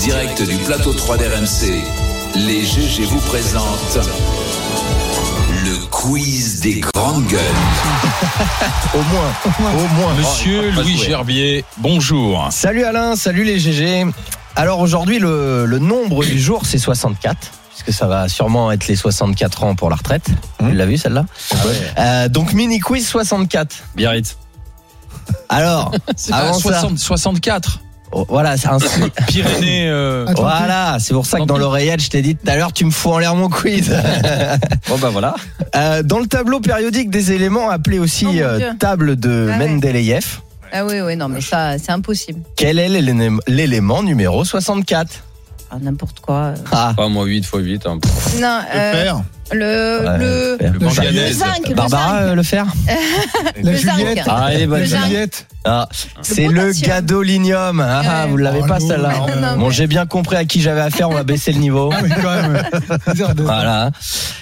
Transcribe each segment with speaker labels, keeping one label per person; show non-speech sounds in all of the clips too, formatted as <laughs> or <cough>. Speaker 1: direct du plateau 3 d'RMC, les GG vous présentent le quiz des grandes gueules.
Speaker 2: Au moins, au moins.
Speaker 3: Monsieur Louis
Speaker 1: Oh, pas joué.
Speaker 3: Gerbier, bonjour.
Speaker 2: Salut Alain, salut les GG. Alors aujourd'hui, le, le nombre du jour, c'est 64. Puisque ça va sûrement être les 64 ans pour la retraite.
Speaker 3: Mmh.
Speaker 2: Tu l'as vu celle-là
Speaker 3: Ah
Speaker 2: Euh, Donc mini quiz 64.
Speaker 3: Biarritz.
Speaker 2: Alors,
Speaker 3: <laughs> C'est
Speaker 2: Avant
Speaker 3: pas
Speaker 2: ça.
Speaker 3: 60, 64.
Speaker 2: oh,
Speaker 3: <laughs>
Speaker 2: voilà, c'est un-
Speaker 3: Pyrénées. euh,
Speaker 4: Ah,
Speaker 2: voilà, c'est pour ça que dans l'oreillette, je t'ai dit tout à l'heure, tu me fous en l'air
Speaker 3: <laughs>
Speaker 2: mon quiz. ben,
Speaker 3: Bon bah voilà.
Speaker 2: Euh, dans le tableau périodique des éléments, appelé aussi
Speaker 5: Oh mon
Speaker 2: euh,
Speaker 5: Dieu.
Speaker 2: table de
Speaker 5: Ah ouais.
Speaker 2: Mendeleïev,
Speaker 5: Ah oui, oui, non, mais ça, c'est impossible.
Speaker 2: quel est l'élément- l'élément numéro 64
Speaker 5: Ah, N'importe quoi.
Speaker 2: Ah,
Speaker 6: Pas moi 8 x 8. Hein.
Speaker 5: Non, euh, le,
Speaker 2: Ouais,
Speaker 5: le,
Speaker 2: faire.
Speaker 3: Le manganèse.
Speaker 5: 5, le 5.
Speaker 2: Barbara euh, le faire
Speaker 5: Le zinc.
Speaker 2: Ah, elle est bonne.
Speaker 5: Le zinc.
Speaker 2: Ah, c'est
Speaker 5: Le
Speaker 2: le
Speaker 5: potassium.
Speaker 2: gadolinium. Ah, ah,
Speaker 5: Ouais.
Speaker 2: vous l'avez
Speaker 4: Oh,
Speaker 2: pas celle-là. hein.
Speaker 5: Non,
Speaker 7: <laughs>
Speaker 5: non,
Speaker 2: Bon,
Speaker 5: mais-
Speaker 2: j'ai bien compris à qui j'avais affaire. On va baisser le niveau.
Speaker 4: <laughs>
Speaker 2: Voilà.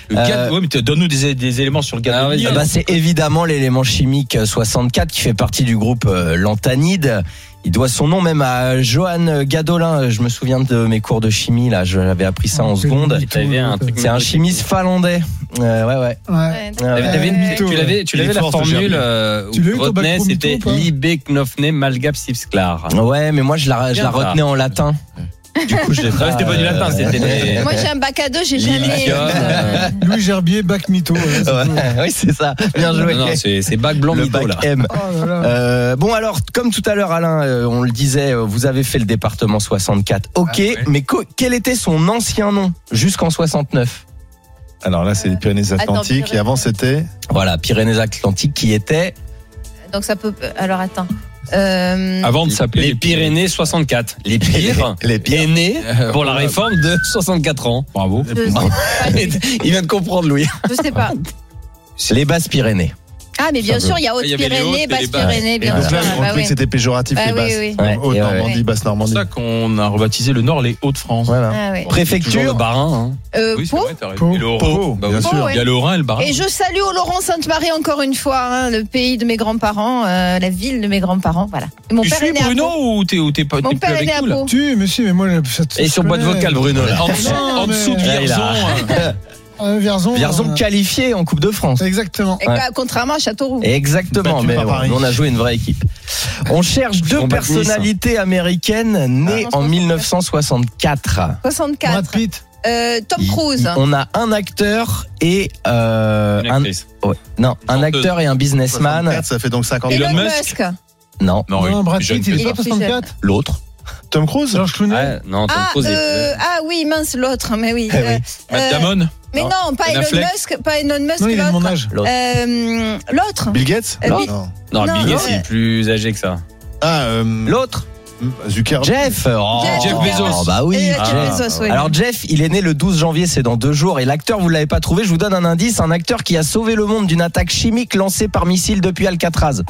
Speaker 3: Le
Speaker 2: Euh,
Speaker 3: gaz- ouais, mais t'as- donne-nous des, des éléments sur le gaz.
Speaker 6: Ah ouais,
Speaker 2: Ah bah, c'est évidemment l'élément chimique 64 qui fait partie du groupe euh, lantanide. Il doit son nom même à Johan Gadolin. Je me souviens de mes cours de chimie là. Je- J'avais appris ça en seconde.
Speaker 6: T'avais un truc.
Speaker 2: C'est un chimiste finlandais. Euh, ouais, ouais.
Speaker 5: Ouais, d'accord.
Speaker 2: Ouais,
Speaker 6: T'avais-
Speaker 2: ouais.
Speaker 6: Ah, bah, t'avais une-
Speaker 5: mytho,
Speaker 6: tu l'avais, tu
Speaker 3: Il
Speaker 6: l'avais
Speaker 3: est
Speaker 6: la
Speaker 3: fort, ce
Speaker 6: formule
Speaker 3: Gerbier.
Speaker 6: euh, où
Speaker 4: Tu l'as eu, ton
Speaker 6: retenais,
Speaker 4: bac pro
Speaker 6: c'était
Speaker 4: mytho ou pas
Speaker 6: Libe Knofne Malgap Sipsklar.
Speaker 2: Ouais, mais moi je la, je la
Speaker 6: Bien ça.
Speaker 2: retenais en latin. Du coup, je l'ai
Speaker 6: Ah, c'était pas du latin, c'était des.
Speaker 5: Moi, j'ai un bac à deux, j'ai jamais.
Speaker 6: Lilium, euh,
Speaker 4: Louis Gerbier, bac mytho. ouais,
Speaker 7: Ah,
Speaker 4: c'est tout.
Speaker 2: Euh, <laughs> Ouais, oui, c'est ça. Bien joué.
Speaker 6: Non, non, c'est c'est bac blanc
Speaker 2: le
Speaker 6: mytho,
Speaker 2: bac
Speaker 6: là.
Speaker 2: M.
Speaker 4: Oh là là.
Speaker 2: Euh, bon alors, comme tout à l'heure Alain, euh, on le disait, euh, vous avez fait le département 64. Ok,
Speaker 6: Ah
Speaker 2: mais co- quel était son ancien nom jusqu'en 69
Speaker 7: Alors là, c'est les Pyrénées-Atlantiques.
Speaker 5: Pyrénées-
Speaker 7: et avant, c'était.
Speaker 2: Voilà, Pyrénées-Atlantiques qui était...
Speaker 5: Donc, ça peut. Alors, attends. Euh,
Speaker 6: Ah,
Speaker 3: Avant de s'appeler
Speaker 6: Les Pyrénées Euh, 64.
Speaker 2: <laughs>
Speaker 6: Les pires.
Speaker 7: Les
Speaker 6: Est né pour la réforme de 64 ans.
Speaker 3: Bravo.
Speaker 5: je, sais pas du tout.
Speaker 6: Il vient de comprendre, Louis.
Speaker 5: Je sais pas.
Speaker 2: Les basses Pyrénées.
Speaker 5: Ah, mais bien sûr, il y a
Speaker 3: Il y avait les
Speaker 5: Haute-Pyrénée,
Speaker 3: Hautes et les Basses.
Speaker 5: Basse-Pyrénée,
Speaker 7: Et
Speaker 5: bien
Speaker 7: donc
Speaker 5: sûr.
Speaker 7: là,
Speaker 5: Ah,
Speaker 7: on
Speaker 5: bah
Speaker 7: trouvait
Speaker 5: oui.
Speaker 7: que c'était péjoratif,
Speaker 5: Bah
Speaker 7: les
Speaker 5: oui,
Speaker 7: basses.
Speaker 5: oui.
Speaker 2: Ouais,
Speaker 7: Haute
Speaker 2: et ouais.
Speaker 7: Normandie, basse
Speaker 3: C'est
Speaker 7: Normandie.
Speaker 3: pour ça qu'on a rebaptisé le Nord les Hauts-de-France.
Speaker 2: Voilà.
Speaker 5: Ah, oui.
Speaker 6: Toujours
Speaker 2: Préfecture
Speaker 6: le hein. barin.
Speaker 5: Euh,
Speaker 3: Oui, c'est
Speaker 5: Pau
Speaker 3: vrai, t'as raison.
Speaker 4: Pau.
Speaker 3: Et le Haut-
Speaker 7: Pau,
Speaker 3: Bah
Speaker 7: bien
Speaker 3: oui.
Speaker 5: sûr.
Speaker 3: Il y a le Rhin et le Barin.
Speaker 5: Et je salue au Laurent Sainte-Marie encore une fois, hein, le pays de mes grands-parents, euh, la ville de mes grands-parents, voilà. Et mon
Speaker 3: Tu
Speaker 5: père
Speaker 3: suis
Speaker 5: est né à Pau.
Speaker 3: Bruno ou t'es ou t'es pas
Speaker 5: Mon
Speaker 3: t'es plus
Speaker 5: père est né
Speaker 3: avec
Speaker 5: à
Speaker 3: nous là
Speaker 5: Pau.
Speaker 4: Tu, mais si, mais moi, ça te-
Speaker 6: Et sur
Speaker 4: je
Speaker 6: boîte
Speaker 4: connais.
Speaker 6: vocale, Bruno, là.
Speaker 3: En dessous, en dessous de
Speaker 4: mais-
Speaker 6: Là, il a-
Speaker 3: Vierzon. hein.
Speaker 4: Ah, Vierzon.
Speaker 2: Vierzon
Speaker 4: euh,
Speaker 2: qualifié en Coupe de France.
Speaker 4: Exactement.
Speaker 5: Et
Speaker 2: Ouais.
Speaker 5: quoi, Contrairement à Châteauroux.
Speaker 2: Exactement,
Speaker 7: Battu
Speaker 2: mais
Speaker 7: par
Speaker 2: bon,
Speaker 7: Paris.
Speaker 2: nous, on a joué une vraie équipe. On cherche deux
Speaker 6: On bat Nice.
Speaker 2: personnalités américaines nées
Speaker 5: Ah.
Speaker 2: en 1964.
Speaker 5: 64.
Speaker 4: Brad Pitt.
Speaker 5: Euh, Tom Cruise.
Speaker 2: On a un acteur et euh,
Speaker 3: Une
Speaker 2: un,
Speaker 3: actrice.
Speaker 2: ouais, non, un
Speaker 3: Chanteuse.
Speaker 2: acteur et un businessman.
Speaker 7: 64, ça fait donc 50
Speaker 5: Elon,
Speaker 3: Elon
Speaker 5: Musk.
Speaker 2: Non,
Speaker 3: Non, il
Speaker 4: Non,
Speaker 3: est
Speaker 4: Brad
Speaker 3: plus jeune
Speaker 4: Pitt,
Speaker 3: que
Speaker 4: il
Speaker 3: ça.
Speaker 4: est pas
Speaker 5: Il est plus
Speaker 4: 64.
Speaker 2: l'autre.
Speaker 7: Tom Cruise
Speaker 4: George Clooney.
Speaker 6: Ouais, non, t'as
Speaker 5: Ah,
Speaker 6: posé.
Speaker 5: euh, ah oui, mince, l'autre, mais oui. euh,
Speaker 3: Matt
Speaker 5: euh,
Speaker 3: Damon.
Speaker 5: mais non, pas
Speaker 3: Ben
Speaker 5: Elon
Speaker 3: Affleck.
Speaker 5: Musk, pas Elon Musk,
Speaker 4: Non, il est de mon
Speaker 5: l'autre.
Speaker 4: âge.
Speaker 5: Euh, l'autre.
Speaker 7: Bill Gates
Speaker 5: Euh, Bill-
Speaker 7: Non.
Speaker 6: Non,
Speaker 5: non,
Speaker 6: Bill Gates,
Speaker 5: ouais.
Speaker 6: il est plus âgé que ça.
Speaker 7: Ah, euh,
Speaker 2: L'autre.
Speaker 7: Zuckerberg.
Speaker 2: Jeff. Oh,
Speaker 5: Jeff Jeff
Speaker 3: Bezos.
Speaker 2: Bah oui.
Speaker 5: Et, euh,
Speaker 2: Jeff.
Speaker 5: Jeff Bezos, oui.
Speaker 2: Alors Jeff, il est né le 12 janvier, c'est dans deux jours. Et l'acteur, vous l'avez pas trouvé. Je vous donne un indice. Un acteur qui a sauvé le monde d'une attaque chimique lancée par missile depuis Alcatraz.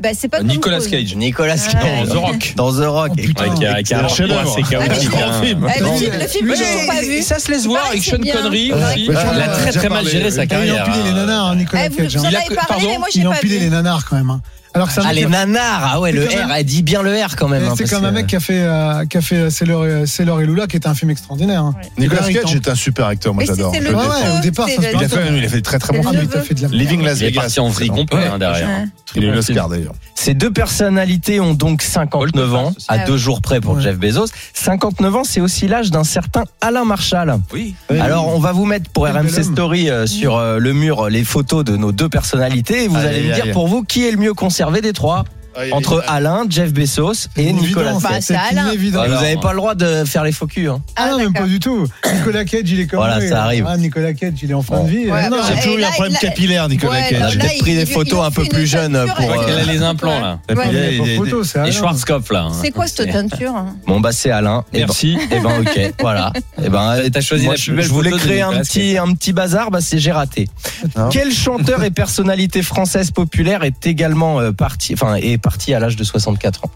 Speaker 5: Bah, c'est pas Tom
Speaker 3: Nicolas
Speaker 5: Cruise.
Speaker 3: Cage.
Speaker 2: Nicolas
Speaker 5: Ah,
Speaker 3: Dans
Speaker 2: Cage.
Speaker 3: The Rock.
Speaker 2: Dans The Rock.
Speaker 4: Oh, putain.
Speaker 6: Ouais, qui a- qui a
Speaker 7: C'est
Speaker 6: un
Speaker 7: un chef-d'œuvre.
Speaker 6: assez chaotique.
Speaker 5: Ah,
Speaker 6: hein.
Speaker 5: Eh, le,
Speaker 4: Non,
Speaker 5: film, le film que j'ai pas vu.
Speaker 3: Ça se laisse voir
Speaker 5: paraît
Speaker 3: avec
Speaker 5: que c'est
Speaker 3: Sean
Speaker 5: bien.
Speaker 3: Connery
Speaker 5: Ouais.
Speaker 3: aussi.
Speaker 7: Ouais,
Speaker 6: Il a très très
Speaker 7: Déjà
Speaker 6: mal
Speaker 7: parlé.
Speaker 6: géré sa
Speaker 4: Il a
Speaker 6: carrière.
Speaker 4: empilé les
Speaker 6: hein.
Speaker 4: nanars, hein,
Speaker 5: Eh,
Speaker 4: Nicolas
Speaker 5: vous,
Speaker 4: Cage.
Speaker 5: vous en
Speaker 4: hein.
Speaker 3: Il a
Speaker 5: avez
Speaker 3: que-
Speaker 5: parlé,
Speaker 3: pardon,
Speaker 5: mais moi j'ai
Speaker 4: Il a
Speaker 5: pas
Speaker 4: empilé les
Speaker 5: vu.
Speaker 4: nanars quand même. hein. Alors que c'est un
Speaker 2: Ah les
Speaker 4: mec qui a-
Speaker 2: nanars. Ah ouais, le
Speaker 4: C'est comme
Speaker 2: R. Elle dit bien le R quand même. hein,
Speaker 4: c'est
Speaker 2: parce
Speaker 4: comme un
Speaker 2: que-
Speaker 4: mec qui a fait, euh, qui a fait euh, Sailor, et- Sailor et Lula, qui était un film extraordinaire. hein.
Speaker 7: Nicolas
Speaker 4: Hilarant.
Speaker 7: Cage est un super acteur, moi
Speaker 5: Mais
Speaker 7: j'adore.
Speaker 5: c'était
Speaker 7: Je
Speaker 5: le
Speaker 7: le
Speaker 4: Ouais,
Speaker 5: neveu,
Speaker 7: déteste.
Speaker 4: ouais, au départ, ça se
Speaker 5: c'était
Speaker 7: Il a
Speaker 5: le-
Speaker 7: fait, il a fait très
Speaker 5: C'est
Speaker 7: très bon
Speaker 4: Ah,
Speaker 5: le
Speaker 4: mais
Speaker 7: film.
Speaker 4: t'as fait de la merde.
Speaker 7: Living Las
Speaker 6: Il est
Speaker 7: Vegas.
Speaker 6: parti en vrille complet hein, derrière.
Speaker 5: Ouais.
Speaker 7: Il a eu l'Oscar d'ailleurs.
Speaker 2: Ces deux personnalités ont donc 59 ans,
Speaker 5: Ah
Speaker 2: à
Speaker 5: ouais.
Speaker 2: deux jours près pour
Speaker 4: Ouais.
Speaker 2: Jeff Bezos. 59 ans, c'est aussi l'âge d'un certain Alain Marshall.
Speaker 3: Oui.
Speaker 2: Alors, on va vous mettre pour
Speaker 4: Quel bel
Speaker 2: RMC
Speaker 4: homme.
Speaker 2: Story euh, sur euh, le mur euh, les photos de nos deux personnalités. Et vous
Speaker 7: Aïe,
Speaker 2: allez me
Speaker 7: aïe,
Speaker 2: dire
Speaker 7: aïe.
Speaker 2: pour vous qui est le mieux conservé des trois entre Alain, Jeff Bezos et
Speaker 4: une
Speaker 2: Nicolas
Speaker 4: évidence,
Speaker 2: Cage.
Speaker 5: Bah, c'est
Speaker 4: C'est
Speaker 5: Alain.
Speaker 4: une évidence.
Speaker 2: Vous
Speaker 6: Alors,
Speaker 2: n'avez pas le droit de faire les faux culs. hein.
Speaker 4: Ah non, même
Speaker 5: d'accord.
Speaker 4: pas du tout. Nicolas Cage, il est comme
Speaker 2: Voilà,
Speaker 4: nous,
Speaker 2: ça
Speaker 4: il a-
Speaker 2: arrive.
Speaker 4: Ah, Nicolas Cage, il est en fin
Speaker 2: Bon.
Speaker 4: de vie.
Speaker 5: Ouais,
Speaker 4: Ah non,
Speaker 5: bah,
Speaker 4: j'ai toujours-
Speaker 5: ouais. Et
Speaker 7: toujours eu
Speaker 5: là,
Speaker 7: un problème
Speaker 5: là-
Speaker 7: capillaire, Nicolas
Speaker 5: Ouais,
Speaker 7: Cage.
Speaker 5: non,
Speaker 2: J'ai
Speaker 5: là,
Speaker 2: peut-être
Speaker 5: il-
Speaker 2: pris des
Speaker 5: il-
Speaker 2: photos
Speaker 5: il
Speaker 2: un peu
Speaker 5: fait une
Speaker 2: plus jeunes
Speaker 5: teinture
Speaker 2: pour,
Speaker 5: avec-
Speaker 2: euh,
Speaker 6: Elle a les implants là.
Speaker 5: Ouais.
Speaker 4: il y a
Speaker 7: Il
Speaker 4: pas
Speaker 7: est-
Speaker 4: de photo, c'est
Speaker 6: Et
Speaker 4: Alain.
Speaker 6: Schwarzkopf là. hein.
Speaker 5: C'est quoi cette teinture
Speaker 2: Bon bah c'est Alain. Et
Speaker 3: Merci.
Speaker 6: Eh
Speaker 2: ben, et ben ok, voilà. Et ben euh,
Speaker 6: T'as choisi
Speaker 2: moi,
Speaker 6: la
Speaker 2: je-
Speaker 6: plus belle
Speaker 2: Je voulais
Speaker 6: photo de
Speaker 2: créer un
Speaker 6: Nicolas
Speaker 2: petit un petit bazar, bah c'est j'ai raté.
Speaker 7: Non.
Speaker 2: Quel chanteur et personnalité française populaire est également euh, parti, enfin est parti à l'âge de 64 ans.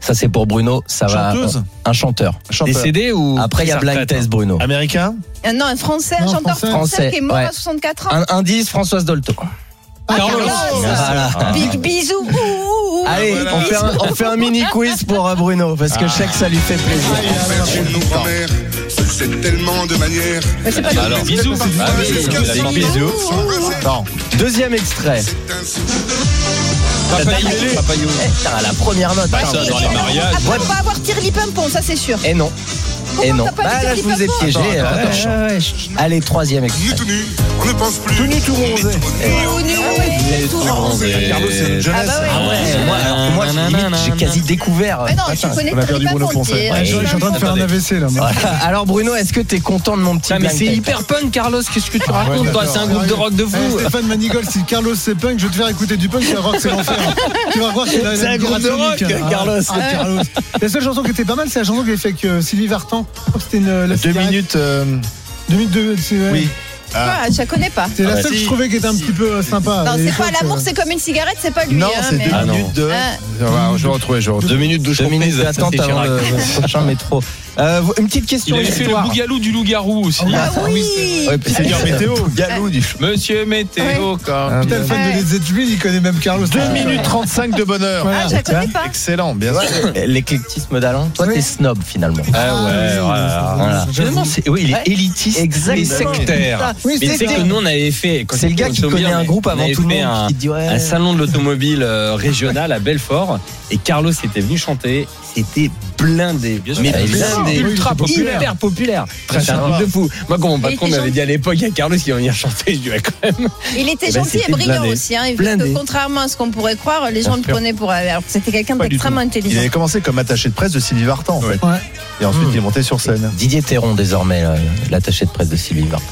Speaker 2: Ça c'est pour Bruno, ça va. euh,
Speaker 7: Chanteuse
Speaker 2: Un chanteur.
Speaker 7: Chanteur.
Speaker 6: Décédé ou
Speaker 2: Après il y a
Speaker 6: prise à
Speaker 2: Blind
Speaker 6: retraite, hein.
Speaker 2: Test Bruno.
Speaker 7: Américain
Speaker 5: Ah Non, un Français, un
Speaker 4: Non,
Speaker 5: chanteur français,
Speaker 4: Français.
Speaker 5: qui est mort
Speaker 2: Ouais.
Speaker 5: à 64 ans.
Speaker 2: Un indice Françoise Dolto.
Speaker 5: Ah,
Speaker 3: Carlos.
Speaker 5: Carlos.
Speaker 2: Voilà.
Speaker 5: Big bisou. ouh, ouh, ouh,
Speaker 6: Ah,
Speaker 2: Allez, on, fait un, on fait un mini quiz pour euh, Bruno, parce que je sais que ça lui fait plaisir.
Speaker 6: Ah.
Speaker 8: Chez nos grands-mères, c'est tellement de manières.
Speaker 5: Mais c'est pas
Speaker 6: Alors,
Speaker 5: du-
Speaker 6: bisous. Ah oui,
Speaker 8: Jusqu'à
Speaker 6: la
Speaker 8: ce
Speaker 6: bisous.
Speaker 8: qu'ils sont rasés.
Speaker 7: Non.
Speaker 2: Deuxième extrait.
Speaker 8: C'est ainsi.
Speaker 2: Putain, Eh, la première note.
Speaker 6: ça,
Speaker 2: attends.
Speaker 6: dans les mariages.
Speaker 5: Après, on va avoir Tirli Pimpon, ça c'est sûr.
Speaker 2: Et Eh non.
Speaker 5: Pourquoi
Speaker 2: Et non.
Speaker 5: t'as pas
Speaker 2: Bah
Speaker 5: dit
Speaker 2: là, je vous ai
Speaker 5: Pimpon
Speaker 2: piégé. euh, ouais, ouais, ouais. Allez, troisième
Speaker 8: Ni
Speaker 2: extrait.
Speaker 8: tout nu, on ne pense plus. Tout nu, tout rosé.
Speaker 5: Au nu, ouais.
Speaker 6: hein.
Speaker 5: Tout rose.
Speaker 7: Carlos, c'est notre
Speaker 5: Ah
Speaker 7: jeunesse.
Speaker 5: bah
Speaker 2: Ah ouais, moi, alors que moi, limite, j'ai quasi découvert. euh,
Speaker 5: Mais Bah non,
Speaker 2: ce
Speaker 5: tu
Speaker 2: matin.
Speaker 5: connais
Speaker 7: on a perdu
Speaker 5: Tirli
Speaker 7: Bruno
Speaker 5: Pimpon.
Speaker 7: Ponce, ouais.
Speaker 4: Je je suis en train de faire un AVC là. moi.
Speaker 2: Voilà. <laughs> Alors Bruno, est-ce que t'es content de mon petit
Speaker 6: Ah, mais
Speaker 2: blind
Speaker 6: c'est
Speaker 2: test
Speaker 6: hyper punk, Carlos. Qu'est-ce que tu
Speaker 4: Ah ouais,
Speaker 6: racontes, toi C'est un
Speaker 4: d'accord.
Speaker 6: groupe de rock de
Speaker 4: Eh,
Speaker 6: fou.
Speaker 4: Stéphane Manigol, si Carlos c'est punk, je vais te faire écouter du punk, tu vas voir que c'est l'enfer. Tu vas voir que la-
Speaker 2: C'est
Speaker 4: la
Speaker 2: un groupe de rock,
Speaker 4: atomique. Ah,
Speaker 2: Carlos.
Speaker 4: ah, Carlos. La seule chanson qui était pas mal, c'est la chanson qu'il avait fait avec euh, Sylvie Vartan. Je crois que C'était une. la
Speaker 7: Deux
Speaker 4: cigarette.
Speaker 7: minutes. euh,
Speaker 4: Deux minutes de. c'est-
Speaker 7: Oui.
Speaker 5: Ah, je la connais pas.
Speaker 4: C'est la
Speaker 6: Ouais.
Speaker 4: seule que je
Speaker 6: Si.
Speaker 4: trouvais qui était un petit peu euh, sympa.
Speaker 5: Non,
Speaker 4: À
Speaker 5: c'est
Speaker 4: l'époque,
Speaker 5: pas l'amour,
Speaker 4: euh,
Speaker 5: c'est comme une cigarette, c'est pas lui.
Speaker 7: Non,
Speaker 5: hein,
Speaker 7: c'est
Speaker 5: mais-
Speaker 7: deux
Speaker 6: Ah non.
Speaker 7: minutes de.
Speaker 5: Ah.
Speaker 7: Ah, Je vais retrouver, je vais retrouver.
Speaker 2: Deux minutes de
Speaker 7: Deux minutes
Speaker 2: d'attente
Speaker 6: ça, c'est
Speaker 2: avant le
Speaker 6: <laughs>
Speaker 2: le prochain métro. Euh, une petite
Speaker 3: Il
Speaker 2: question
Speaker 3: avait fait le
Speaker 2: histoire.
Speaker 3: bougalou du loup-garou aussi.
Speaker 5: Ah oui
Speaker 2: Ouais, puis c'est bien, mais-
Speaker 7: Météo, galou du ch-
Speaker 3: Monsieur Météo, quand
Speaker 7: Ah,
Speaker 4: euh, Putain, le fan
Speaker 5: Ouais.
Speaker 4: de Led Zeppelin, il connaît même Carlos. hein.
Speaker 7: 2 minutes 35 de bonheur.
Speaker 5: Ah, je la connais pas.
Speaker 7: Excellent, bien sûr.
Speaker 2: Euh, L'éclectisme d'Alan, toi t'es snob finalement.
Speaker 6: Ah ouais, voilà.
Speaker 2: Voilà.
Speaker 3: Finalement, c'est- oui, il est
Speaker 2: Ouais.
Speaker 3: élitiste et
Speaker 2: Exactement.
Speaker 3: sectaire.
Speaker 2: Oui,
Speaker 6: Mais tu sais
Speaker 2: c'est
Speaker 6: que nous, on avait fait. quand
Speaker 2: c'est le
Speaker 6: j'étais
Speaker 2: gars
Speaker 6: au
Speaker 2: qui
Speaker 6: Sommier,
Speaker 2: connaît un
Speaker 6: mais
Speaker 2: groupe
Speaker 6: on
Speaker 2: avant
Speaker 6: avait
Speaker 2: tout le
Speaker 6: fait
Speaker 2: monde
Speaker 6: un-
Speaker 2: qui te dit ouais.
Speaker 6: un salon de l'automobile euh, régional à Belfort et Carlos était venu chanter. C'était blindé,
Speaker 3: sûr.
Speaker 6: mais
Speaker 2: Ah, évidemment.
Speaker 6: blindé, ultra populaire. hyper populaire. C'est un truc de fou. Moi, quand mon patron
Speaker 5: était
Speaker 6: m'avait
Speaker 5: gentil.
Speaker 6: dit à l'époque, il y a Carlos qui va venir chanter, je lui ai dit, quand même.
Speaker 5: Il était
Speaker 6: Eh ben,
Speaker 5: gentil et
Speaker 6: c'était
Speaker 5: brillant
Speaker 6: blindé.
Speaker 5: aussi, hein, et
Speaker 6: Blindé.
Speaker 5: que contrairement à ce qu'on pourrait croire, les gens le prenaient pour. Alors que c'était quelqu'un
Speaker 3: Pas du
Speaker 5: d'extrêmement
Speaker 7: Il
Speaker 5: intelligent.
Speaker 7: avait commencé comme attaché de presse de Sylvie Vartan, en fait.
Speaker 4: Ouais.
Speaker 7: Et ensuite, il est monté sur scène.
Speaker 2: Didier Théron désormais, là, l'attaché de presse de Sylvie Vartan.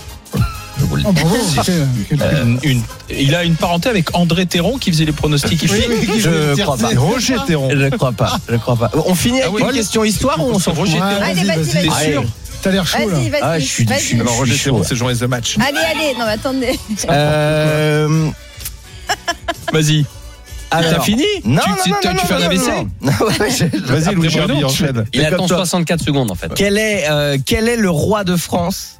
Speaker 2: Je vous le dis.
Speaker 4: Oh, bravo, ok.
Speaker 3: Une- Euh, une- il a une parenté avec André Théron qui faisait les pronostics.
Speaker 4: Oui, oui, oui,
Speaker 2: Je
Speaker 4: dire,
Speaker 2: crois pas.
Speaker 4: c'est-
Speaker 7: Roger Théron.
Speaker 2: Je crois pas, je crois pas. On finit avec
Speaker 3: Ah oui.
Speaker 2: une question histoire ou on s'en fout
Speaker 3: Roger
Speaker 4: Ouais,
Speaker 3: Théron,
Speaker 5: Allez, vas-y,
Speaker 4: vas-y.
Speaker 5: vas-y.
Speaker 2: Allez.
Speaker 3: sûr.
Speaker 4: T'as l'air chaud là.
Speaker 5: Vas-y, vas-y.
Speaker 2: Ah, je suis
Speaker 5: vas-y.
Speaker 2: déçu.
Speaker 7: Alors,
Speaker 2: Je
Speaker 7: Roger
Speaker 2: suis
Speaker 7: Théron,
Speaker 2: chaud,
Speaker 7: c'est journaliste de match.
Speaker 5: Allez, allez, non, mais attendez.
Speaker 2: Euh,
Speaker 3: Vas-y.
Speaker 2: alors-
Speaker 3: T'as fini
Speaker 2: Non,
Speaker 3: Tu-
Speaker 2: non,
Speaker 3: tu-
Speaker 2: non,
Speaker 3: tu
Speaker 2: non,
Speaker 3: fais un
Speaker 2: non,
Speaker 3: AVC
Speaker 2: non, non. Ouais, je-
Speaker 7: Vas-y, Louis Gerbi, enchaîne.
Speaker 6: Il
Speaker 2: Mais
Speaker 6: attend
Speaker 2: comme toi.
Speaker 6: 64 secondes en fait.
Speaker 2: Quel est, euh, quel est le roi de France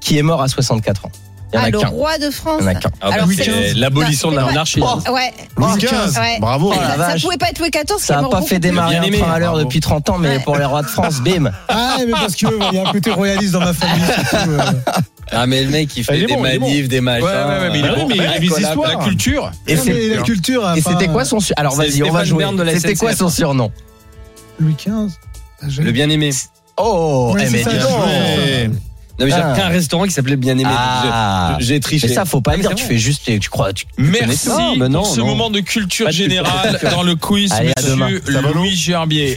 Speaker 2: qui est mort à 64 ans Il y en
Speaker 5: Ah,
Speaker 2: a
Speaker 5: le
Speaker 2: qu'un.
Speaker 5: roi de France.
Speaker 2: Il y en a qu'un.
Speaker 6: Ah bah,
Speaker 5: Alors,
Speaker 6: oui,
Speaker 5: c'est-
Speaker 6: euh, L'abolition de la
Speaker 5: Ouais.
Speaker 6: monarchie.
Speaker 3: Oh,
Speaker 6: hein.
Speaker 5: Ouais.
Speaker 7: Louis
Speaker 5: Ouais.
Speaker 7: XV,
Speaker 5: Ouais.
Speaker 7: bravo.
Speaker 2: Oh la
Speaker 5: Ça- ça
Speaker 2: vache.
Speaker 5: pouvait pas être Louis XIV,
Speaker 2: Ça
Speaker 5: qui
Speaker 2: n'a
Speaker 5: est
Speaker 2: pas
Speaker 5: mort
Speaker 2: fait
Speaker 5: beaucoup
Speaker 2: démarrer
Speaker 6: Bien
Speaker 2: un
Speaker 6: aimé.
Speaker 2: train à l'heure
Speaker 7: Bravo.
Speaker 2: depuis 30 ans, mais
Speaker 5: Ouais.
Speaker 2: pour les rois de France, <laughs> bim.
Speaker 4: Ah, mais parce que euh, il y a un côté royaliste dans ma famille. surtout, euh.
Speaker 6: Ah, mais le mec, il
Speaker 7: Ah,
Speaker 6: fait
Speaker 7: il est
Speaker 6: des
Speaker 7: bon, il est
Speaker 6: manifs, des
Speaker 3: il
Speaker 6: machins.
Speaker 3: est
Speaker 6: Ah,
Speaker 3: bon, mais il révise l'histoire. La culture.
Speaker 2: Et
Speaker 4: Non, mais
Speaker 2: c'est-
Speaker 4: la culture.
Speaker 2: et
Speaker 4: enfin,
Speaker 2: c'était quoi son surnom Alors
Speaker 6: c'est
Speaker 2: vas-y, on va
Speaker 6: Stéphane
Speaker 2: jouer.
Speaker 6: Bern de la
Speaker 2: C'était quoi
Speaker 6: SNCF.
Speaker 2: son surnom
Speaker 4: Louis XV. Ah, je-
Speaker 6: Le bien aimé.
Speaker 2: Oh,
Speaker 4: Ouais,
Speaker 2: eh,
Speaker 4: c'est
Speaker 2: mais
Speaker 4: ça,
Speaker 2: dis
Speaker 4: je
Speaker 2: donc.
Speaker 4: jouais.
Speaker 6: Non, mais j'ai
Speaker 2: Ah.
Speaker 6: repris un restaurant qui s'appelait Bien aimé.
Speaker 2: Ah.
Speaker 6: Je- J'ai triché.
Speaker 2: Mais ça, faut pas
Speaker 6: mais
Speaker 2: dire.
Speaker 6: c'est
Speaker 2: Tu
Speaker 6: vrai.
Speaker 2: fais juste, tu crois, tu
Speaker 3: Merci
Speaker 2: Non, mais non,
Speaker 3: pour ce
Speaker 2: non.
Speaker 3: moment de culture
Speaker 6: Pas de culture.
Speaker 3: générale dans le quiz,
Speaker 2: Allez, à demain.
Speaker 3: monsieur Louis Gerbier.